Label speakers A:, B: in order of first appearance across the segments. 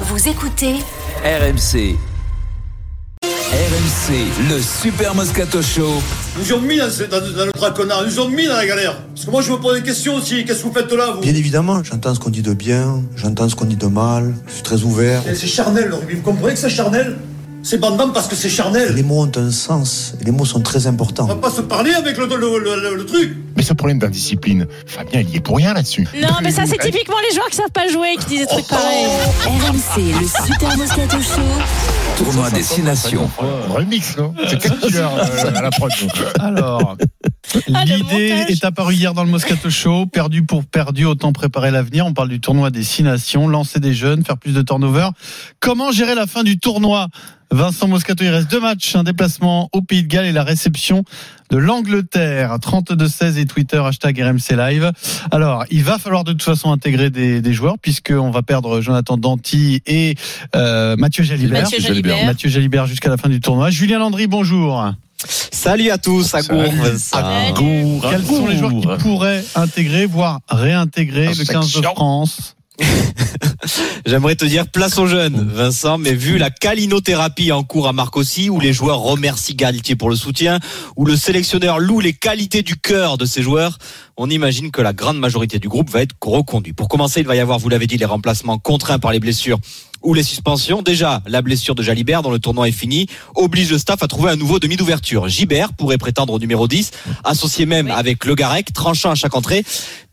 A: Vous écoutez
B: RMC. RMC, le Super Moscato Show.
C: Nous ont mis dans, ce- dans- dans le traquenard, nous ont mis dans la galère. Parce que moi, je me pose des questions aussi. Qu'est-ce que vous faites là, vous
D: Bien évidemment, j'entends ce qu'on dit de bien, j'entends ce qu'on dit de mal, je suis très ouvert.
C: Eh, C'est charnel, le rugby. Vous comprenez que c'est charnel C'est bandant parce que c'est
D: Les
C: charnel.
D: mots ont un sens, et les mots sont très importants.
C: On va pas se parler avec le, le- le- le- le truc.
E: Mais ce problème d'indiscipline, Fabien, il y est pour rien là-dessus.
F: Non, mais ça, c'est typiquement les joueurs qui savent pas jouer qui disent des trucs pareils.
A: RMC, le Super Moscato Show.
B: Tournoi des six nations.
E: Remix, non C'est 4 tueurs euh, à la prod.
G: Alors,
F: Ah, le
G: l'idée
F: montage.
G: est apparue hier dans le Moscato Show. Perdu pour perdu, autant préparer l'avenir. On parle du tournoi des six nations, lancer des jeunes, faire plus de turnover. Comment gérer la fin du tournoi Vincent Moscato, il reste deux matchs, un déplacement au Pays de Galles et la réception de l'Angleterre. 32-16 et Twitter, hashtag RMC Live. Alors, il va falloir de toute façon intégrer des, des joueurs puisqu'on va perdre Jonathan Danty et euh, Mathieu Jalibert.
F: Mathieu Jalibert.
G: Mathieu Jalibert jusqu'à la fin du tournoi. Julien Landry, bonjour.
H: Salut à tous, à
E: Salut.
H: Gourve. ça.
F: Salut.
G: Quels sont les joueurs qui pourraient intégrer, voire réintégrer le 15 de
E: Section.
G: France
H: J'aimerais te dire place aux jeunes, Vincent, mais vu la calinothérapie en cours à Marcoussis, où les joueurs remercient Galtier pour le soutien, où le sélectionneur loue les qualités du cœur de ces joueurs, on imagine que la grande majorité du groupe va être reconduit. Pour commencer, il va y avoir, vous l'avez dit, les remplacements contraints par les blessures ou les suspensions. Déjà, la blessure de Jalibert, dont le tournoi est fini, oblige le staff à trouver un nouveau demi d'ouverture. Gibert pourrait prétendre au numéro 10, associé même avec Le Garec, tranchant à chaque entrée,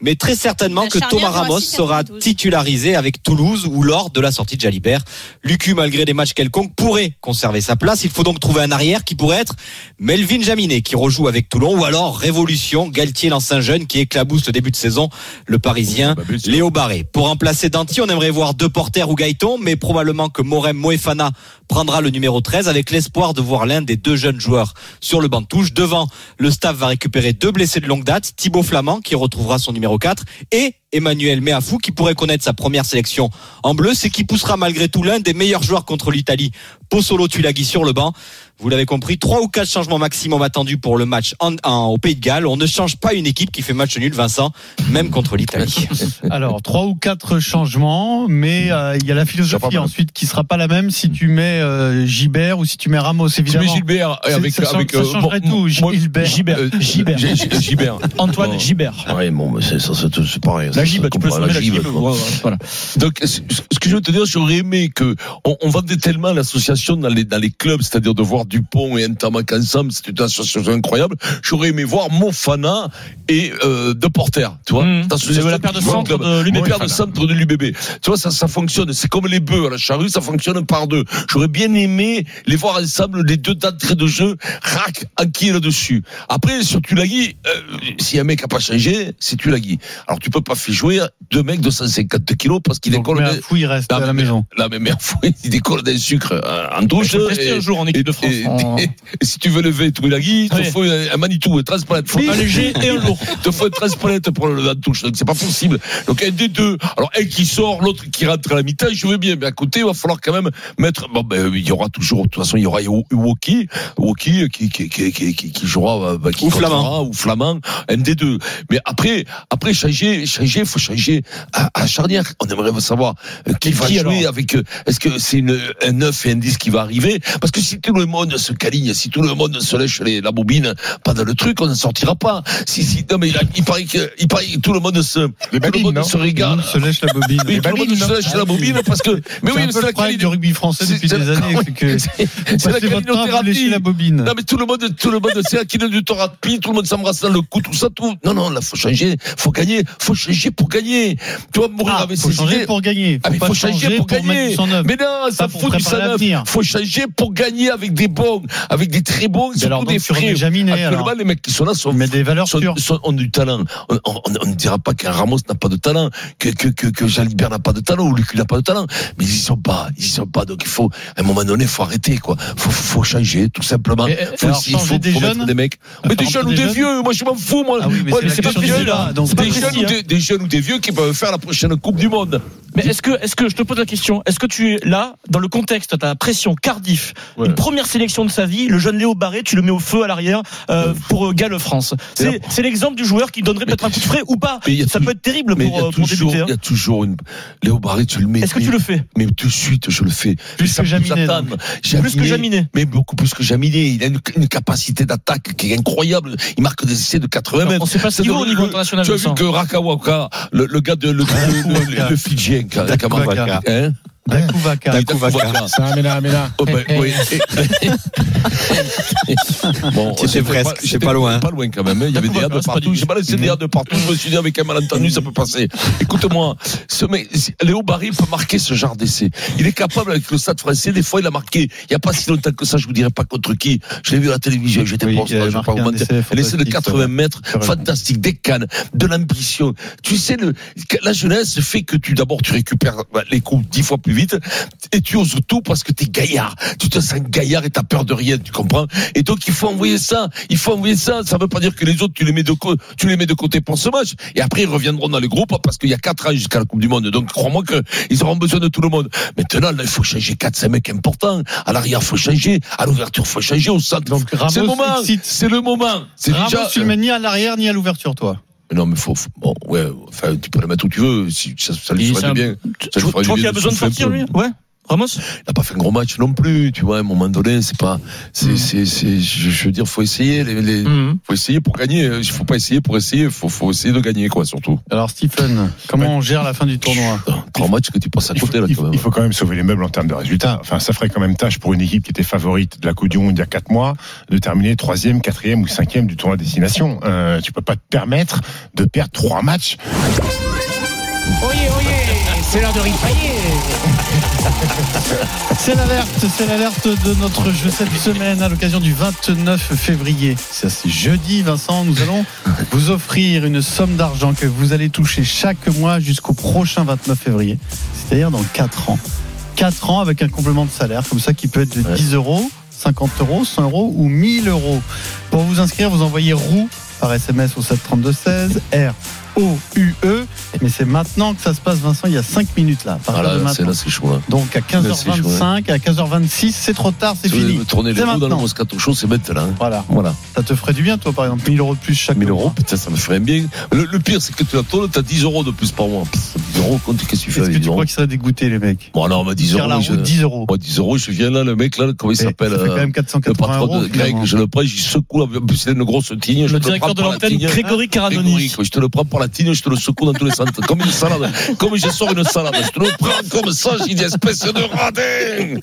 H: mais très certainement
F: La
H: que
F: charnière
H: Thomas
F: doit
H: Ramos
F: aussi
H: sera
F: 92.
H: titularisé avec Toulouse ou lors de la sortie de Jalibert. Lucu, malgré des matchs quelconques, pourrait conserver sa place. Il faut donc trouver un arrière qui pourrait être Melvin Jaminet, qui rejoue avec Toulon, ou alors Révolution, Galtier, l'ancien jeune, qui éclabousse le début de saison, le Parisien Léo Barré. Pour remplacer Danti, on aimerait voir deux porteurs ou Gaëton, mais probablement que Morem Moefana prendra le numéro 13 avec l'espoir de voir l'un des deux jeunes joueurs sur le banc de touche. Devant, le staff va récupérer deux blessés de longue date, Thibaut Flamand qui retrouvera son numéro 4 et Emmanuel Meafou qui pourrait connaître sa première sélection en bleu, c'est qui poussera malgré tout l'un des meilleurs joueurs contre l'Italie, Pozzolo Tulagi sur le banc. Vous l'avez compris, trois ou quatre changements maximum attendus pour le match en- en- au Pays de Galles. On ne change pas une équipe qui fait match nul, Vincent, même contre l'Italie.
G: Alors, trois ou quatre changements, mais euh, il y a la
E: Pas
G: philosophie
E: mal.
G: ensuite qui sera pas la même si tu mets euh, Gibert ou si tu mets Ramos,
I: Tu mets
G: évidemment.
I: Gilbert et
G: C'est-
I: avec
G: ça change-
I: avec
G: ça
E: euh,
G: changerait tout, Gilbert.
I: Gilbert, Gilbert, Gilbert, Antoine Gilbert.
E: Ouais, bon, mais c'est ça, c'est tout- c'est pareil.
I: La
E: Ça,
I: gibe,
E: ça
I: tu peux
E: comprend,
I: se la gibe.
E: quoi.
I: voilà, voilà.
E: Donc, ce ce que je veux te dire, j'aurais aimé que on, on vendait tellement l'association dans les dans les clubs, c'est-à-dire de voir Dupont et Ntamak ensemble, c'est une association incroyable. J'aurais aimé voir Mofana et euh, De Porter, tu vois.
I: Mmh.
E: Cette association
I: C'est la paire de
E: qui joue en
I: centre
E: club.
I: de l'UBB.
E: La paire de centre de l'UBB. Tu vois, ça ça fonctionne. C'est comme les bœufs à la charrue, ça fonctionne par deux. J'aurais bien aimé les voir ensemble, les deux d'entrée de jeu, rac, qui est là-dessus. Après, sur Tulagi, euh, si un mec a pas changé, c'est Tulagi. Alors tu peux pas faire jouer deux mecs de 150 kilos parce qu'il
G: Donc,
E: décolle.
G: mais
E: des-
G: Afou, il reste
E: Non,
G: à la
E: mais-
G: maison.
E: Là, mais merde, fou, il décolle d'un sucre euh, en en douche.
I: Je vais tester un jour en équipe de France.
E: et-
I: en- Ah
E: et- et si tu veux lever Tulagi, il te
I: Oui.
E: faut un un Manitou, un transplant. Faut-
I: Un léger et un lourd.
E: Il te faut un transplant pour le lever en touche. Donc, c'est pas possible. Donc, un des deux. Alors, un qui sort, l'autre qui rentre à la mi-temps, je veux bien. Mais à côté, il va falloir quand même mettre. Bon, ben, il y aura toujours, de toute façon, il y aura Woki, Woki euh, qui, qui, qui, qui, qui, qui jouera, bah, qui
H: Ou
E: comptera,
H: Flamand.
E: ou Flamand, un des deux. Mais après, après, changer, changer, faut changer à, à charnière. On aimerait savoir euh, qui va
I: Qui, alors
E: jouer avec euh, est-ce que c'est une- un 9 et un 10 qui va arriver parce que si tout le monde se caligne si tout le monde se lèche les, la bobine pas dans le truc on ne sortira pas si si non mais il, a- il paraît que il paraît que tout le monde se tout
I: babines,
E: le monde
I: non
E: se
G: Tout le
E: régale
G: monde se lèche la bobine. Bah
E: oui, tout le monde se lèche la bobine parce que mais
G: Ah, c'est
E: oui
G: un
E: mais
G: peu
E: c'est
G: le
E: la
G: problème
E: qualité
G: du rugby français depuis
E: c'est-
G: des années, c'est que
E: c'est-
G: vous
E: c'est la
G: passez votre temps à vous lécher
E: calinothérapie.
G: la bobine.
E: non mais tout le monde, tout le monde, c'est à qui donne du thérapie, tout le monde s'embrasse dans le cou, tout ça, tout. Non non, là faut changer, faut gagner, faut changer pour gagner. Tu vas mourir
G: Ah,
E: avec
G: faut
E: ces idées.
G: changer pour gagner. Faut
E: Ah, mais
G: pas
E: faut changer pour
G: mettre du
E: gagner.
G: 109.
E: Mais non, ça
G: pour
E: fout du
G: préparer
E: 109.
G: l'avenir.
E: Faut changer pour gagner avec des bons, avec des très bons,
G: Mais alors,
E: surtout des
G: donc, tu remets
E: frais.
G: Jaminet,
E: Actuellement,
G: alors.
E: les mecs qui sont là sont
G: Mais des valeurs
E: sont-
G: sûres.
E: sont- ont du talent. On- On on ne dira pas qu'un Ramos n'a pas de talent, que, que, que, que Jalibert n'a pas de talent, ou Lucu n'a pas de talent. Mais ils y sont pas, ils y sont pas. Donc il faut, à un moment donné, faut arrêter, quoi. Faut, faut changer, tout simplement.
G: Mais,
E: faut,
G: alors,
E: il faut,
G: changer des
E: faut mettre
G: jeunes
E: des mecs.
G: Ah,
E: Mais des
G: par
E: jeunes ou
G: exemple,
E: des
G: des jeunes
E: vieux, moi je m'en fous, moi.
G: Ah oui, mais
E: Ouais,
G: c'est la question
E: vieux,
G: du débat,
E: là.
G: donc c'est pas
E: Des jeunes
G: précis, hein.
E: ou des- des jeunes ou des vieux qui peuvent faire la prochaine Coupe du Monde.
I: Mais est-ce que, est-ce que, je te pose la question, est-ce que tu es là, dans le contexte, t'as la pression Cardiff,
E: Ouais.
I: une première sélection de sa vie, le jeune Léo Barré, tu le mets au feu à l'arrière euh, pour euh, Galles-France. C'est, c'est l'exemple du joueur qui donnerait peut-être un coup de frais ou pas.
E: Mais il y a
I: Ça
E: tout-
I: peut être terrible
E: Mais il y,
I: pour,
E: a
I: euh, pour
E: toujours,
I: débuter. hein.
E: il y a toujours une. Léo Barré, tu le mets.
I: Est-ce que
E: mais-
I: tu le fais
E: Mais tout de suite, je le fais.
G: Plus
E: Mais ça
G: que
E: peut nous
G: Jaminet,
E: atteindre.
I: Plus que Jaminet.
E: Mais beaucoup plus que Jaminet. Il a une, une capacité d'attaque qui est incroyable. Il marque des essais de 80 mètres.
I: On sait pas ce
E: Ça
I: qu'il vaut au
E: devrait-
I: niveau
E: le-
I: international.
E: Tu as
I: Vincent.
E: vu que Rakawaka, le, le gars de le, le, le- le- le Fidjien, qui a- qui a marqué,
G: Dakouaka.
E: hein,
G: Dakouvaka.
E: Dakouaka.
J: Ça, mais là, mais là.
E: Oh, ben, oui. bon,
H: T'étais
E: c'était
H: presque, c'est
E: c'était
H: pas loin.
E: Pas loin quand même. hein. Il y avait des
I: Dakouaka,
E: hades
I: c'est pas
E: partout.
I: du-
E: J'ai balancé des hades partout. Je me suis dit avec un
G: Mm.
E: malentendu, ça peut passer. Écoute-moi, ce mec, si- Léo Barry peut marquer ce genre d'essai. Il est capable avec le Stade Français. Des fois, il a marqué. Il n'y a pas si longtemps que ça. Je vous dirai pas contre qui. Je l'ai vu à la télévision. J'étais
G: Oui,
E: proche.
G: il avait
E: Je vais pas
G: marqué
E: vous
G: un
E: mentir.
G: essai
E: Un essai de
G: fantastique,
E: 80 mètres,
G: Sur-
E: fantastique, des cannes, de l'ambition. Tu sais, le, la jeunesse fait que tu d'abord tu récupères bah, les coups dix fois plus vite et tu oses tout parce que t'es gaillard. Tu te sens gaillard et t'as peur de rien, tu comprends Et donc il faut envoyer ça, il faut envoyer ça. Ça veut pas dire que les autres tu les mets de côté, tu les mets de côté pour ce match. Et après ils reviendront dans le groupe parce qu'il y a quatre ans jusqu'à la Coupe du Monde. Donc crois-moi que ils auront besoin de tout le monde. Maintenant là il faut changer quatre cinq mecs importants. À l'arrière faut changer, à l'ouverture faut changer, au centre.
G: Donc, Ramos
E: c'est le moment,
G: excite.
E: c'est le moment. C'est
G: Ramos,
E: déjà.
G: tu le mets ni à l'arrière ni à l'ouverture, toi.
E: Non mais faut, faut- bon ouais, enfin tu peux le mettre où tu veux. Si ça, ça lui
I: Il- c'est
E: ferait
I: un-
E: du bien.
I: Tu, tu
E: Ça lui ferait
I: vois
E: du bien
I: qu'il a
E: de
I: besoin de
E: souffler un
I: sortir,
E: peu.
I: lui Ouais Ramos
E: il n'a pas fait un gros match non plus, tu vois, à un moment donné, c'est pas, c'est, c'est, c'est, je, je veux dire, faut essayer, les, les- faut essayer pour gagner, hein. il faut pas essayer pour essayer, faut, faut essayer de gagner, quoi, surtout.
G: Alors, Stephen, comment on gère la fin du tournoi
E: Putain, Trois matchs que tu passes à
J: Il faut,
E: côté, là,
J: il
E: quand
J: faut-
E: même.
J: il faut quand même sauver les meubles en termes de résultats. Enfin, ça ferait quand même tâche pour une équipe qui était favorite de la Coupe du Monde il y a quatre mois de terminer troisième, quatrième ou cinquième du tournoi destination. Euh, tu peux pas te permettre de perdre trois matchs.
G: C'est l'alerte, c'est l'alerte de notre jeu cette semaine à l'occasion du 29 février. Ça c'est jeudi, Vincent. Nous allons vous offrir une somme d'argent que vous allez toucher chaque mois jusqu'au prochain 29 février, c'est-à-dire dans 4 ans. 4 ans avec un complément de salaire comme ça qui peut être de 10 euros, 50 euros, 100 euros ou 1000 euros. Pour vous inscrire, vous envoyez roue par SMS au 732-16 R. O U E, mais c'est maintenant que ça se passe, Vincent. Il y a 5 minutes là. À partir
E: Voilà,
G: de
E: c'est
G: maintenant.
E: Ah là, c'est chaud, hein. là.
G: Donc à
E: Merci, Joël.
G: 15h25, à 15h26, c'est trop tard, c'est
E: Si vous
G: fini.
E: voulez Tourner les
G: C'est
E: roues dans le
G: maintenant.
E: Moscato Show, c'est maintenant. hein.
G: Voilà,
E: Voilà.
G: ça te ferait du bien, toi, par exemple, 1000 euros de plus chaque
E: 1000 euros,
G: mois.
E: putain, ça me ferait bien. Le, le pire, c'est que tu la tournes, t'as 10 euros de plus par mois. Pff, 10 euros, compte, qu'est-ce que tu
G: Est-ce
E: fais avec
G: que
E: 10
G: tu
E: euros?
G: crois qu'ils seraient dégoûtés, les mecs
E: Bon, alors, on m'a 10
G: Pierre
E: euros, je,
G: Laroux, 10 euros.
E: moi, 10 euros, je viens là, hein, le mec, là, comment il
G: Eh,
E: s'appelle?
G: ça fait quand
E: euh,
G: même
E: Le
G: 480
E: patron
G: euros.
E: de Greg,
G: finalement.
E: je le prends, je secoue, en plus c'est une grosse tigne. je
I: Le
E: te
I: directeur
E: prends
I: de
E: par la
I: l'antenne,
E: tigne.
I: Grégory
E: Grégory,
I: Caranoni.
E: quoi, je te le prends par la tigne, je te le secoue dans tous les sens. Comme une salade. Comme je sors une salade. Je te le prends comme ça, j'ai des espèces de radin.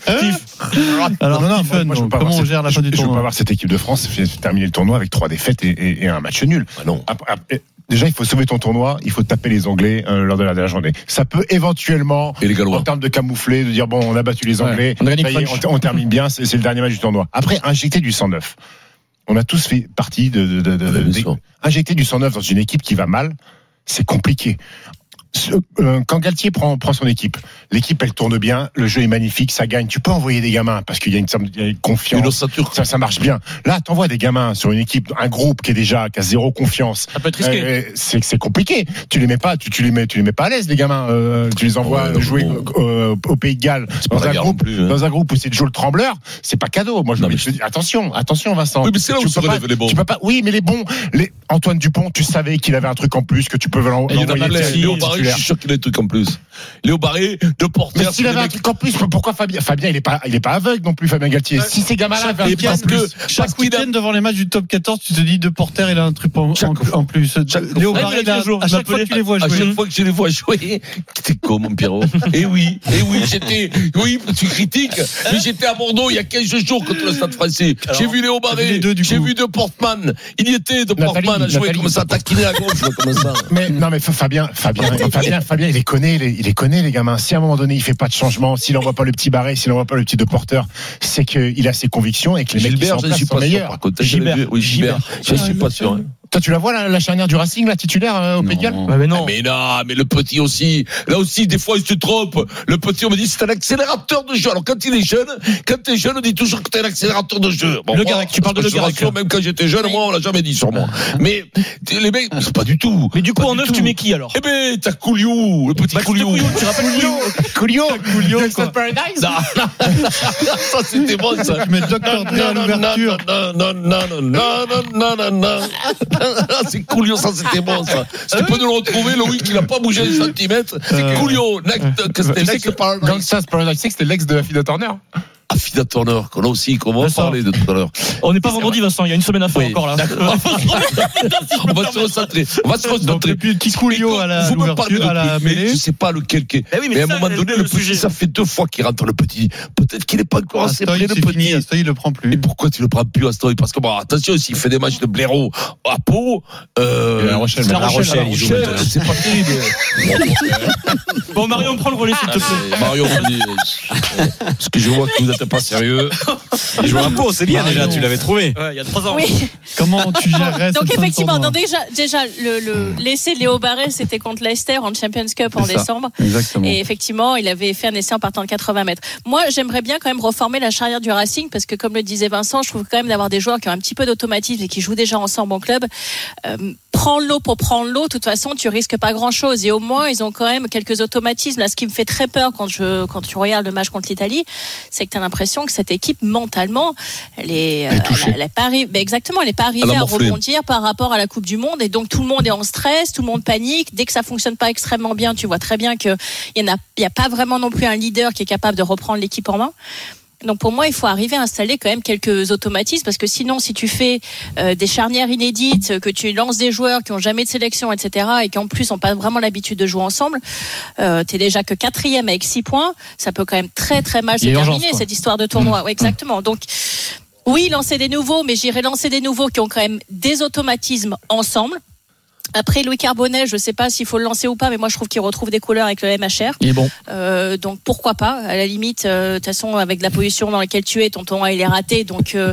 G: Alors,
J: Non, non,
G: Stephen,
J: moi, je peux
G: donc,
J: pas
G: comment
J: voir
G: on
J: cette-
G: gère la
J: je-
G: fin du
J: Je veux pas
G: tournoi
J: voir cette équipe de France terminer le tournoi avec trois défaites et, et- et un match nul.
E: Bah non.
J: Après- après, Ah, eh, Déjà, il faut sauver ton tournoi, il faut taper les Anglais euh, lors de la dernière journée. Ça peut éventuellement,
E: Et les Gallois.
J: en termes de camoufler, de dire bon, on a battu les
I: Ouais,
J: Anglais,
I: on a gagné
J: ça y est,
I: crunch.
J: on, on termine bien, c'est c'est le dernier match du tournoi. Après, injecter du 109. On a tous fait partie de, de- de- de-
E: Ouais, bien
J: des-
E: sûr.
J: injecter du 109 dans une équipe qui va mal, c'est compliqué. Ce- euh, Quand Galtier prend, prend son équipe, l'équipe elle tourne bien, le jeu est magnifique, ça gagne. Tu peux envoyer des gamins parce qu'il y a une, sorte de
E: Une
J: confiance,
E: ossature.
J: ça, ça marche bien. Là, t'envoies des gamins sur une équipe, un groupe qui est déjà qui a zéro confiance.
I: Ça peut être risqué.
J: Euh, c'est c'est compliqué. Tu les mets pas, tu, tu les mets, tu les mets pas à l'aise les gamins. Euh, tu les envoies
E: Ouais,
J: jouer
E: bon.
J: euh, au Pays de Galles
E: pas
J: dans
E: la
J: un
E: guerre
J: groupe,
E: non plus, hein.
J: dans un groupe où c'est Joe le trembleur. C'est pas cadeau. Moi, je,
E: Non,
J: me
E: mais
J: dis- je dis, attention, attention, Vincent.
E: Oui, mais c'est là où
J: tu
E: se
J: peux pas-
E: relèvent les bons.
J: Tu peux pas. Oui, mais les bons. Les Antoine Dupont, tu savais qu'il avait un truc en plus que tu peux l'en-
E: Et il y en
J: l'envoyer.
E: a plein.
J: titulaire.
E: Léo Barré, je suis sûr qu'il a des trucs en plus. Léo Barré, deux
J: Mais
E: porteurs.
J: s'il avait un truc en plus, pourquoi Fabien Fabien, il est pas, il est pas aveugle non plus, Fabien Galtier. Si ces gamins-là avaient un
E: Et
J: truc en
E: parce
J: plus,
E: que, parce
G: Chaque
E: qu'il a
G: week-end, devant les matchs du top 14, tu te dis, de porter, il a un truc en,
E: Chaque
G: en-
E: fois.
G: en plus. Léo
E: fois.
G: Barré,
I: Ah, il a
G: il a-
I: toujours,
G: à
I: il
G: chaque
I: m'appelait.
G: fois que tu les vois
E: À chaque
G: jouer.
E: fois que je les vois jouer, t'es con, mon Pierrot. Eh oui, eh oui, j'étais, oui, tu critiques, mais j'étais à Bordeaux il y a 15 jours contre le Stade français. J'ai vu Léo
G: vu les
E: Barré,
G: deux, du
E: j'ai
G: coup.
E: vu De Portman. Il y était, De
J: Nathalie,
E: Portman, à jouer
J: Nathalie.
E: comme ça, taquiner à gauche, comme ça.
J: Mais non, mais Fa- Fabien, Fabien, Fabien, Fabien, il les connaît, les- il les connaît les gamins. Si à un moment donné il fait pas de changement, s'il envoie pas le petit barré, s'il envoie pas le petit de porteur, c'est qu'il a ses convictions et que les mecs qui
E: Gilbert,
J: sont en
E: je ne
J: place
E: suis
J: sont
E: pas sûr,
J: meilleurs.
E: par contre. Je l'ai vu. Oui, Gilbert, je ne suis pas sûr. hein.
J: Toi, tu la vois, la, la charnière du Racing, la titulaire euh, au Pays de Galles
I: Ouais, Ah, mais non.
E: Mais non, mais le petit aussi. Là aussi, des fois, il se trompe. Le petit, on me dit, c'est un accélérateur de jeu. Alors, quand il est jeune, quand t'es jeune, on dit toujours que t'es un accélérateur de jeu. Bon,
I: Le
E: moi,
I: Garec, tu parles de
E: je
I: Le
E: te
I: Garec,
E: rassure,
I: là.
E: Même quand j'étais jeune, moi, on l'a jamais dit sur moi. Mais les mecs, c'est pas du tout.
I: Mais du coup,
E: Pas
I: en
E: du
I: neuf, tu
E: tout.
I: mets qui alors
E: Eh ben, t'as Couliou, le petit
I: Bah, c'était
E: Couliou.
I: Couliou, tu rappelles Couliou
J: Coolio
G: Coolio,
J: Gangsta's
G: quoi.
J: Paradise
E: Non, non. ça c'était bon ça.
G: Je mets Dr. Dre à
E: Non, non,
G: l'ouverture.
E: non, non, non, non, non, non, non, non, non. Ah, C'est Coolio, ça c'était bon ça. Si tu peux nous le retrouver, Loïc, il n'a pas bougé un centimètre. C'est Coolio, Next- que c'était Next Paradise.
J: Gangsta's Paradise, tu sais que c'était l'ex de la fille de Turner
E: Ah, Fida Turner, qu'on a aussi, comment on
I: Vincent.
E: parlait de tout à l'heure.
I: On n'est pas vendredi, Vincent, il y a une semaine à faire
E: Oui.
I: encore là.
E: D'accord. On va se recentrer. On va se
G: Donc,
E: recentrer.
G: le petit Coolio à la-
E: Vous me
G: l'ouverture,
E: parlez de
G: à la
E: prix, mais
G: mêlée.
E: Je sais pas lequel qui est.
I: Eh oui, mais
E: Mais à un
I: ça,
E: moment
I: c'est
E: donné,
I: le
E: le petit,
I: sujet.
E: ça fait deux fois qu'il rentre le petit. Peut-être qu'il n'est pas encore assez
G: Astoy,
E: prêt, le
G: c'est fini,
E: petit.
G: Astoy, il le prend
E: Mais
G: plus.
E: pourquoi tu le prends plus à Story Parce que bon, attention, s'il fait des matchs de blaireau à Pau, euh,
J: Et à La Rochelle,
E: c'est
J: mais La
H: Rochelle,
E: La
H: il joue
E: Rochelle,
H: maintenant.
E: c'est pas terrible.
I: Bon, Marion, prends le relais,
G: Ah,
I: s'il te
E: Allez,
I: plaît.
E: Mario, on dit, euh, parce que je vois que vous n'êtes pas sérieux.
H: Il joue un pot, c'est bien déjà, tu l'avais trouvé.
I: Ouais, il y a trois ans.
F: Oui.
G: Comment tu gérerais cette
F: Donc
G: fin de
F: effectivement, non,
G: tournoi
F: déjà, déjà le, le l'essai de Léo Barret, c'était contre Leicester en Champions Cup en
G: Hmm. C'est ça.
F: décembre.
G: Exactement.
F: Et effectivement, il avait fait un essai en partant de 80 mètres. Moi, j'aimerais bien quand même reformer la charrière du Racing parce que, comme le disait Vincent, je trouve quand même d'avoir des joueurs qui ont un petit peu d'automatisme et qui jouent déjà ensemble en club. Euh, prendre l'eau pour prendre l'eau, de toute façon, tu risques pas grand-chose. Et au moins, ils ont quand même quelques automatismes. Là, ce qui me fait très peur quand je quand tu regardes le match contre l'Italie, c'est que tu as l'impression que cette équipe mentalement, elle est, euh, elle, elle est pas arri- ben exactement, elle est pas
E: Elle
F: arrivée
E: a
F: à
E: morflé.
F: rebondir par rapport à la Coupe du Monde. Et donc tout le monde est en stress, tout le monde panique. Dès que ça fonctionne pas extrêmement bien, tu vois très bien que il n'y a, il y a pas vraiment non plus un leader qui est capable de reprendre l'équipe en main. Donc pour moi, il faut arriver à installer quand même quelques automatismes parce que sinon, si tu fais euh, des charnières inédites, que tu lances des joueurs qui ont jamais de sélection, etc., et qui en plus n'ont pas vraiment l'habitude de jouer ensemble, euh, t'es déjà que quatrième avec six points, ça peut quand même très très mal se
G: Il y a urgence,
F: terminer
G: quoi. Mmh.
F: cette histoire de tournoi. Ouais, exactement. Donc oui, lancer des nouveaux, mais j'irai lancer des nouveaux qui ont quand même des automatismes ensemble. Après Louis Carbonnet, je ne sais pas s'il faut le lancer ou pas, mais moi je trouve qu'il retrouve des couleurs avec le MHR.
I: Il est bon.
F: Euh, donc pourquoi pas À la limite, euh, de toute façon, avec la position dans laquelle tu es, ton ton il est raté. Donc euh,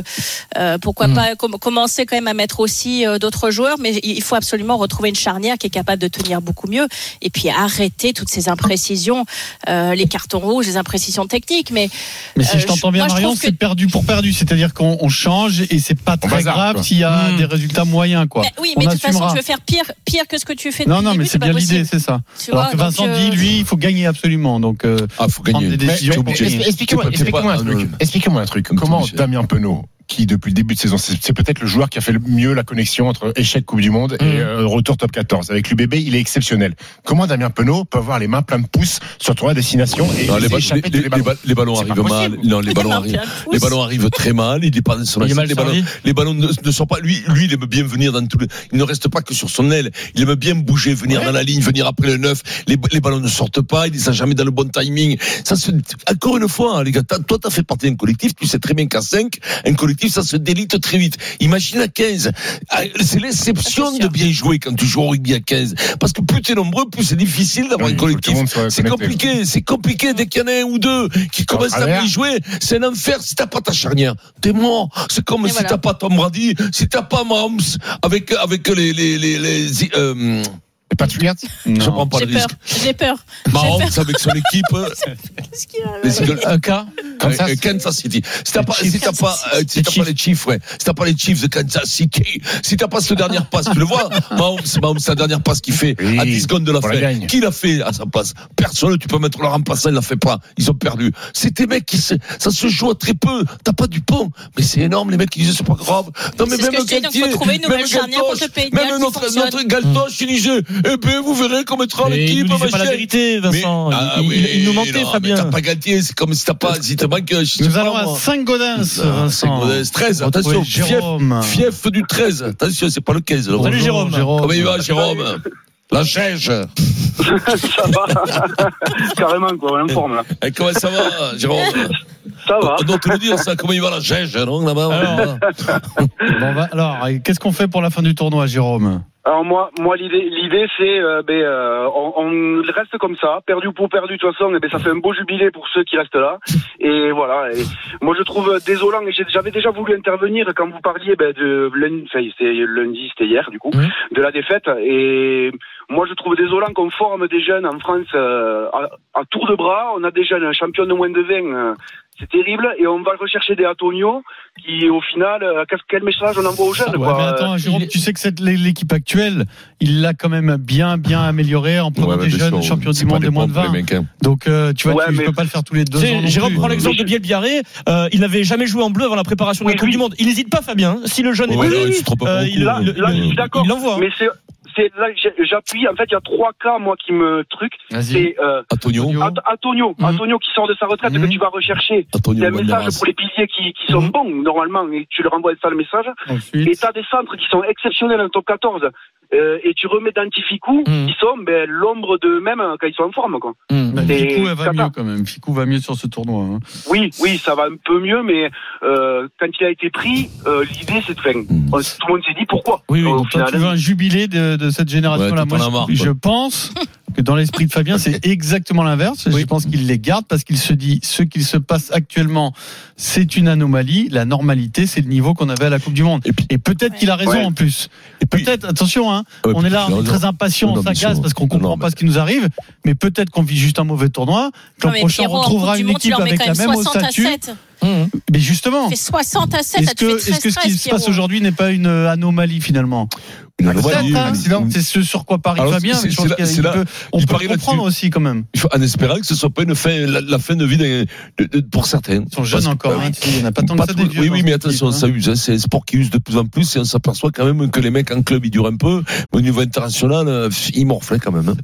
F: euh, pourquoi
G: Hmm.
F: pas com- commencer quand même à mettre aussi euh, d'autres joueurs Mais il il faut absolument retrouver une charnière qui est capable de tenir beaucoup mieux. Et puis arrêter toutes ces imprécisions, euh, les cartons rouges, les imprécisions techniques. Mais
G: Mais si
F: Euh,
G: je t'entends bien,
F: moi, je
G: Marion,
F: trouve que-
G: c'est perdu pour perdu. C'est-à-dire qu'on on change et c'est pas très
J: bazarde,
G: grave
J: quoi.
G: s'il y a
I: Hmm.
G: des résultats moyens, quoi.
F: Bah oui,
G: on
F: mais de toute façon,
G: assumera.
F: tu veux faire pire, pire que ce que tu fais. depuis
G: Non, non,
F: le
G: mais
F: début,
G: c'est bien
F: pas
G: l'idée,
F: possible.
G: c'est ça.
F: Tu
G: Alors
F: vois,
G: que
F: donc,
G: Vincent
F: euh,
G: dit, lui, il faut gagner absolument. Donc, euh,
E: Ah, faut
G: prendre
E: gagner.
G: des décisions pour
J: Expli-
G: gagner.
J: Expliquez-moi
E: C'est pas-
J: expliquez-moi un
E: c'est
J: truc.
E: pas-
J: Expliquez-moi un truc.
E: Comme
J: Comment
E: tout, Michel.
J: Damien Penaud, qui depuis le début de saison, c'est c'est peut-être le joueur qui a fait le mieux la connexion entre échec Coupe du Monde et euh, retour top 14 avec l'UBB, il est exceptionnel. Comment Damien Penaud peut avoir les mains pleines de pouces sur trois destinations et
E: Non, les,
J: les
E: ballons,
J: échapper
E: les-
J: tous les ballons
E: les ba- les ballons
J: C'est pas
E: arrivent mal.
J: possible.
E: Non, les ballons
F: Marc, il
E: arrivent.
F: a le pouce.
E: Les ballons arrivent très mal. Il dépasse sur la
I: Il est
E: cible.
I: mal
E: Les ballons,
I: servi.
E: les ballons ne, ne sont pas. Lui, lui, il aime bien venir dans tous les. Il ne reste pas que sur son aile. Il aime bien bouger, venir dans la ligne, venir après le 9 Les, les ballons ne sortent pas. Il ne sont jamais dans le bon timing. Ça se, encore une fois, hein, les gars, t'as- toi, t'as fait partie d'un collectif. Tu sais très bien qu'à 5 un collectif, ça se délite très vite. Imagine à 15 Ah, C'est
F: Ah,
E: l'exception
F: c'est
E: de
F: sûr.
E: bien jouer quand tu joues au rugby à 15 Parce que plus t'es nombreux, plus c'est difficile d'avoir
J: Oui,
E: un
J: il faut que tout
E: collectif.
J: le monde soit
E: C'est
J: connecté.
E: compliqué compliqué, c'est compliqué dès qu'il y en a un ou deux qui commencent à
J: travers.
E: bien jouer. C'est un enfer si t'as pas ta charnière. T'es mort. C'est comme
F: Et
E: si
F: voilà.
E: t'as pas Tom Brady, si t'as pas Mahomes avec, avec les, les, les, les euh,
J: Et pas de flirt
E: je prends pas
F: J'ai
E: le
F: peur,
E: risque.
F: j'ai peur.
E: Mahomes avec son équipe. euh,
F: Qu'est-ce qu'il y a
E: les Eagles-
I: Un cas
E: Kansas, euh, Kansas City. Si t'as pas, si t'as pas, euh, si t'as pas les Chiefs, ouais. Si t'as pas les Chiefs de Kansas City, si t'as pas cette dernière passe, tu le vois, Mahomes, Mahomes, sa dernière passe qu'il fait
J: Oui,
E: à 10 secondes de la
J: on la
E: fin.
J: gagne.
E: Qui l'a fait à sa passe? Personne, tu peux mettre le remplaçant, il l'a fait pas. Ils ont perdu. C'est des mecs qui se, ça se joue à très peu. T'as pas du pont. Mais c'est énorme, les mecs qui disent c'est pas grave. Non, mais
F: C'est ce
E: même
F: que je dis, donc faut
E: Galtier,
F: trouver une nouvelle
E: même
F: charnière contre
E: Galtoche,
F: le Pays de Galles
E: même
F: qui
E: notre,
F: fonctionne.
E: notre Galtoche, il disait, eh ben, vous verrez qu'on mettra
I: Mais il
E: l'équipe,
I: nous
E: ma
I: disait pas la
E: chérie.
I: vérité, Vincent.
E: Mais-
I: Il-
E: ah
I: il,
E: oui,
I: il nous
E: non,
I: mentait,
E: mais
I: Fabien.
E: T'as pas hein. gagné, c'est comme si t'as pas, si t'as manqué, je sais
G: nous
E: pas,
G: allons
E: moi. Ah,
G: à Saint-Gaudens, Vincent.
E: Saint-Gaudens, 13, attention,
G: Retrouver Jérôme.
E: Fief, du 13. Attention, c'est pas le 15.
G: Bonjour,
E: Là.
I: Salut, Jérôme.
E: Comment il va, Jérôme La chèche.
K: ça va. Carrément, quoi, on est en forme, là.
E: Eh, comment ça va, Jérôme
K: Ça va.
E: On doit te le dire, ça. Comment il va, la chèche, non, là-bas
G: Bon, bah, alors, et qu'est-ce qu'on fait pour la fin du tournoi, Jérôme
K: Alors moi, moi l'idée, l'idée c'est, euh, ben, euh, on, on reste comme ça, perdu pour perdu. De toute façon, eh ben, ça fait un beau jubilé pour ceux qui restent là. Et voilà. Et moi, je trouve désolant. et j'ai- J'avais déjà voulu intervenir quand vous parliez ben, de lundi, enfin, c'était lundi, c'était hier du coup,
G: Mhm.
K: de la défaite. Et moi, je trouve désolant qu'on forme des jeunes en France euh, à, à tour de bras. On a des jeunes champions de moins de 20. euh, c'est terrible, et on va rechercher des Antonio qui, au final, euh, qu'est-ce- quel message on envoie aux jeunes
G: Ouais,
K: quoi.
G: mais attends, Jérôme, tu sais que cette, l'équipe actuelle, il l'a quand même bien, bien améliorée en prenant
J: Ouais, bah,
G: des
J: bien
G: jeunes
J: sûr,
G: champions
J: c'est
G: du
J: pas
G: monde
J: des
G: de moins de
J: pompes, les
G: 20.
J: mecs, hein.
G: Donc, euh, tu vois,
K: Ouais,
G: tu, je
K: mais-
G: peux pas le faire tous les deux
I: Tu sais,
G: ans. non
I: Jérôme
G: plus.
I: prend l'exemple de Biel Biarré. euh, il n'avait jamais joué en bleu avant la préparation de
K: Oui,
I: la Coupe
K: oui.
I: du Monde. Il n'hésite pas, Fabien. hein, Si le jeune est
E: Ouais,
I: prêt,
E: non, il se trompe pas beaucoup.
I: il,
K: Là,
I: il-
K: là,
I: il-
K: je suis d'accord.
I: il l'envoie. hein.
K: Mais c'est, c'est là que j'ai- j'appuie. En fait, il y a trois cas moi qui me truc.
G: Vas-y.
K: C'est euh,
E: Antonio,
K: Ant- Antonio,
G: Mhm.
K: Antonio qui sort de sa retraite
G: Mhm.
K: que tu vas rechercher. Il y
E: Antonio
K: a un message
E: Banderas.
K: pour les piliers qui, qui sont
G: Mhm.
K: bons normalement et tu leur envoies ça le message. Et
G: Ensuite.
K: t'as des centres qui sont exceptionnels en top 14 euh, et tu remets Dantificou
I: Mhm.
K: qui sont ben, l'ombre d'eux-mêmes quand ils sont en forme quoi.
G: Bah,
K: c'est
G: Ficou, elle va
K: Tata.
G: mieux quand même. Ficou va mieux sur ce tournoi. hein.
K: Oui, oui, ça va un peu mieux, mais euh, quand il a été pris, euh, l'idée c'est de faire.
E: Mhm.
K: on- Tout le monde s'est dit pourquoi. Euh,
G: Oui, oui,
K: Au
G: donc toi,
K: final.
G: tu veux un jubilé de, de cette génération-là.
E: Ouais,
G: Moi,
E: t'en as marre,
G: je,
E: toi.
G: je pense que dans l'esprit de Fabien, c'est exactement l'inverse. Je pense qu'il les garde parce qu'il se dit ce qu'il se passe actuellement, c'est une anomalie. La normalité, c'est le niveau qu'on avait à la Coupe du Monde.
E: Et puis-
G: Et peut-être qu'il a raison
K: Ouais.
G: en plus. Et peut-être, attention, hein,
E: Ouais,
G: on est là,
E: puis-
G: on est
E: non,
G: très impatient,
E: Non,
G: on
E: mais
G: s'agace
E: sûr.
G: parce qu'on comprend
E: Non, mais-
G: pas ce qui nous arrive. Mais peut-être qu'on vit juste un mauvais tournoi. que
F: Non,
G: L'an
F: mais
G: prochain,
F: Pierrot,
G: on
F: en Coupe
G: trouvera
F: du
G: une
F: Monde, tu
G: équipe
F: leur mets
G: avec
F: quand
G: la
F: même
G: même
F: 60 à
G: statut.
F: 7.
G: Mais justement.
F: Tu fais 60 à 7,
G: Est-ce
F: ça te
G: que,
F: fait
G: est-ce que
F: 13
G: ce qui se passe aujourd'hui n'est pas une euh, anomalie finalement
E: Une
G: Peut-être,
E: anomalie,
G: hein.
E: une-
G: C'est ce sur quoi Paris
E: Alors,
G: Fabien.
E: c'est-
G: mais je pense
E: c'est là-
G: qu'il y a-
E: c'est là-
G: il peut- on
E: il
G: peut
E: parie
G: le comprendre aussi quand même.
E: Il faut- en espérant que ce soit pas une fin, la, la fin de vie d'un- de- de- pour certains.
G: Ils sont jeunes
E: Parce que,
G: encore.
E: bah,
G: hein, tu sais, Il n'y en a pas tant que
E: pas
G: ça
E: tout-
G: des vieux.
E: oui,
G: dans
E: oui,
G: cette
E: mais
G: équipe,
E: attention,
G: hein.
E: ça use. hein. C'est un sport qui use de plus en plus et on s'aperçoit quand même que les mecs en club, ils durent un peu. Mais au niveau international, euh, ils morflent quand même. hein.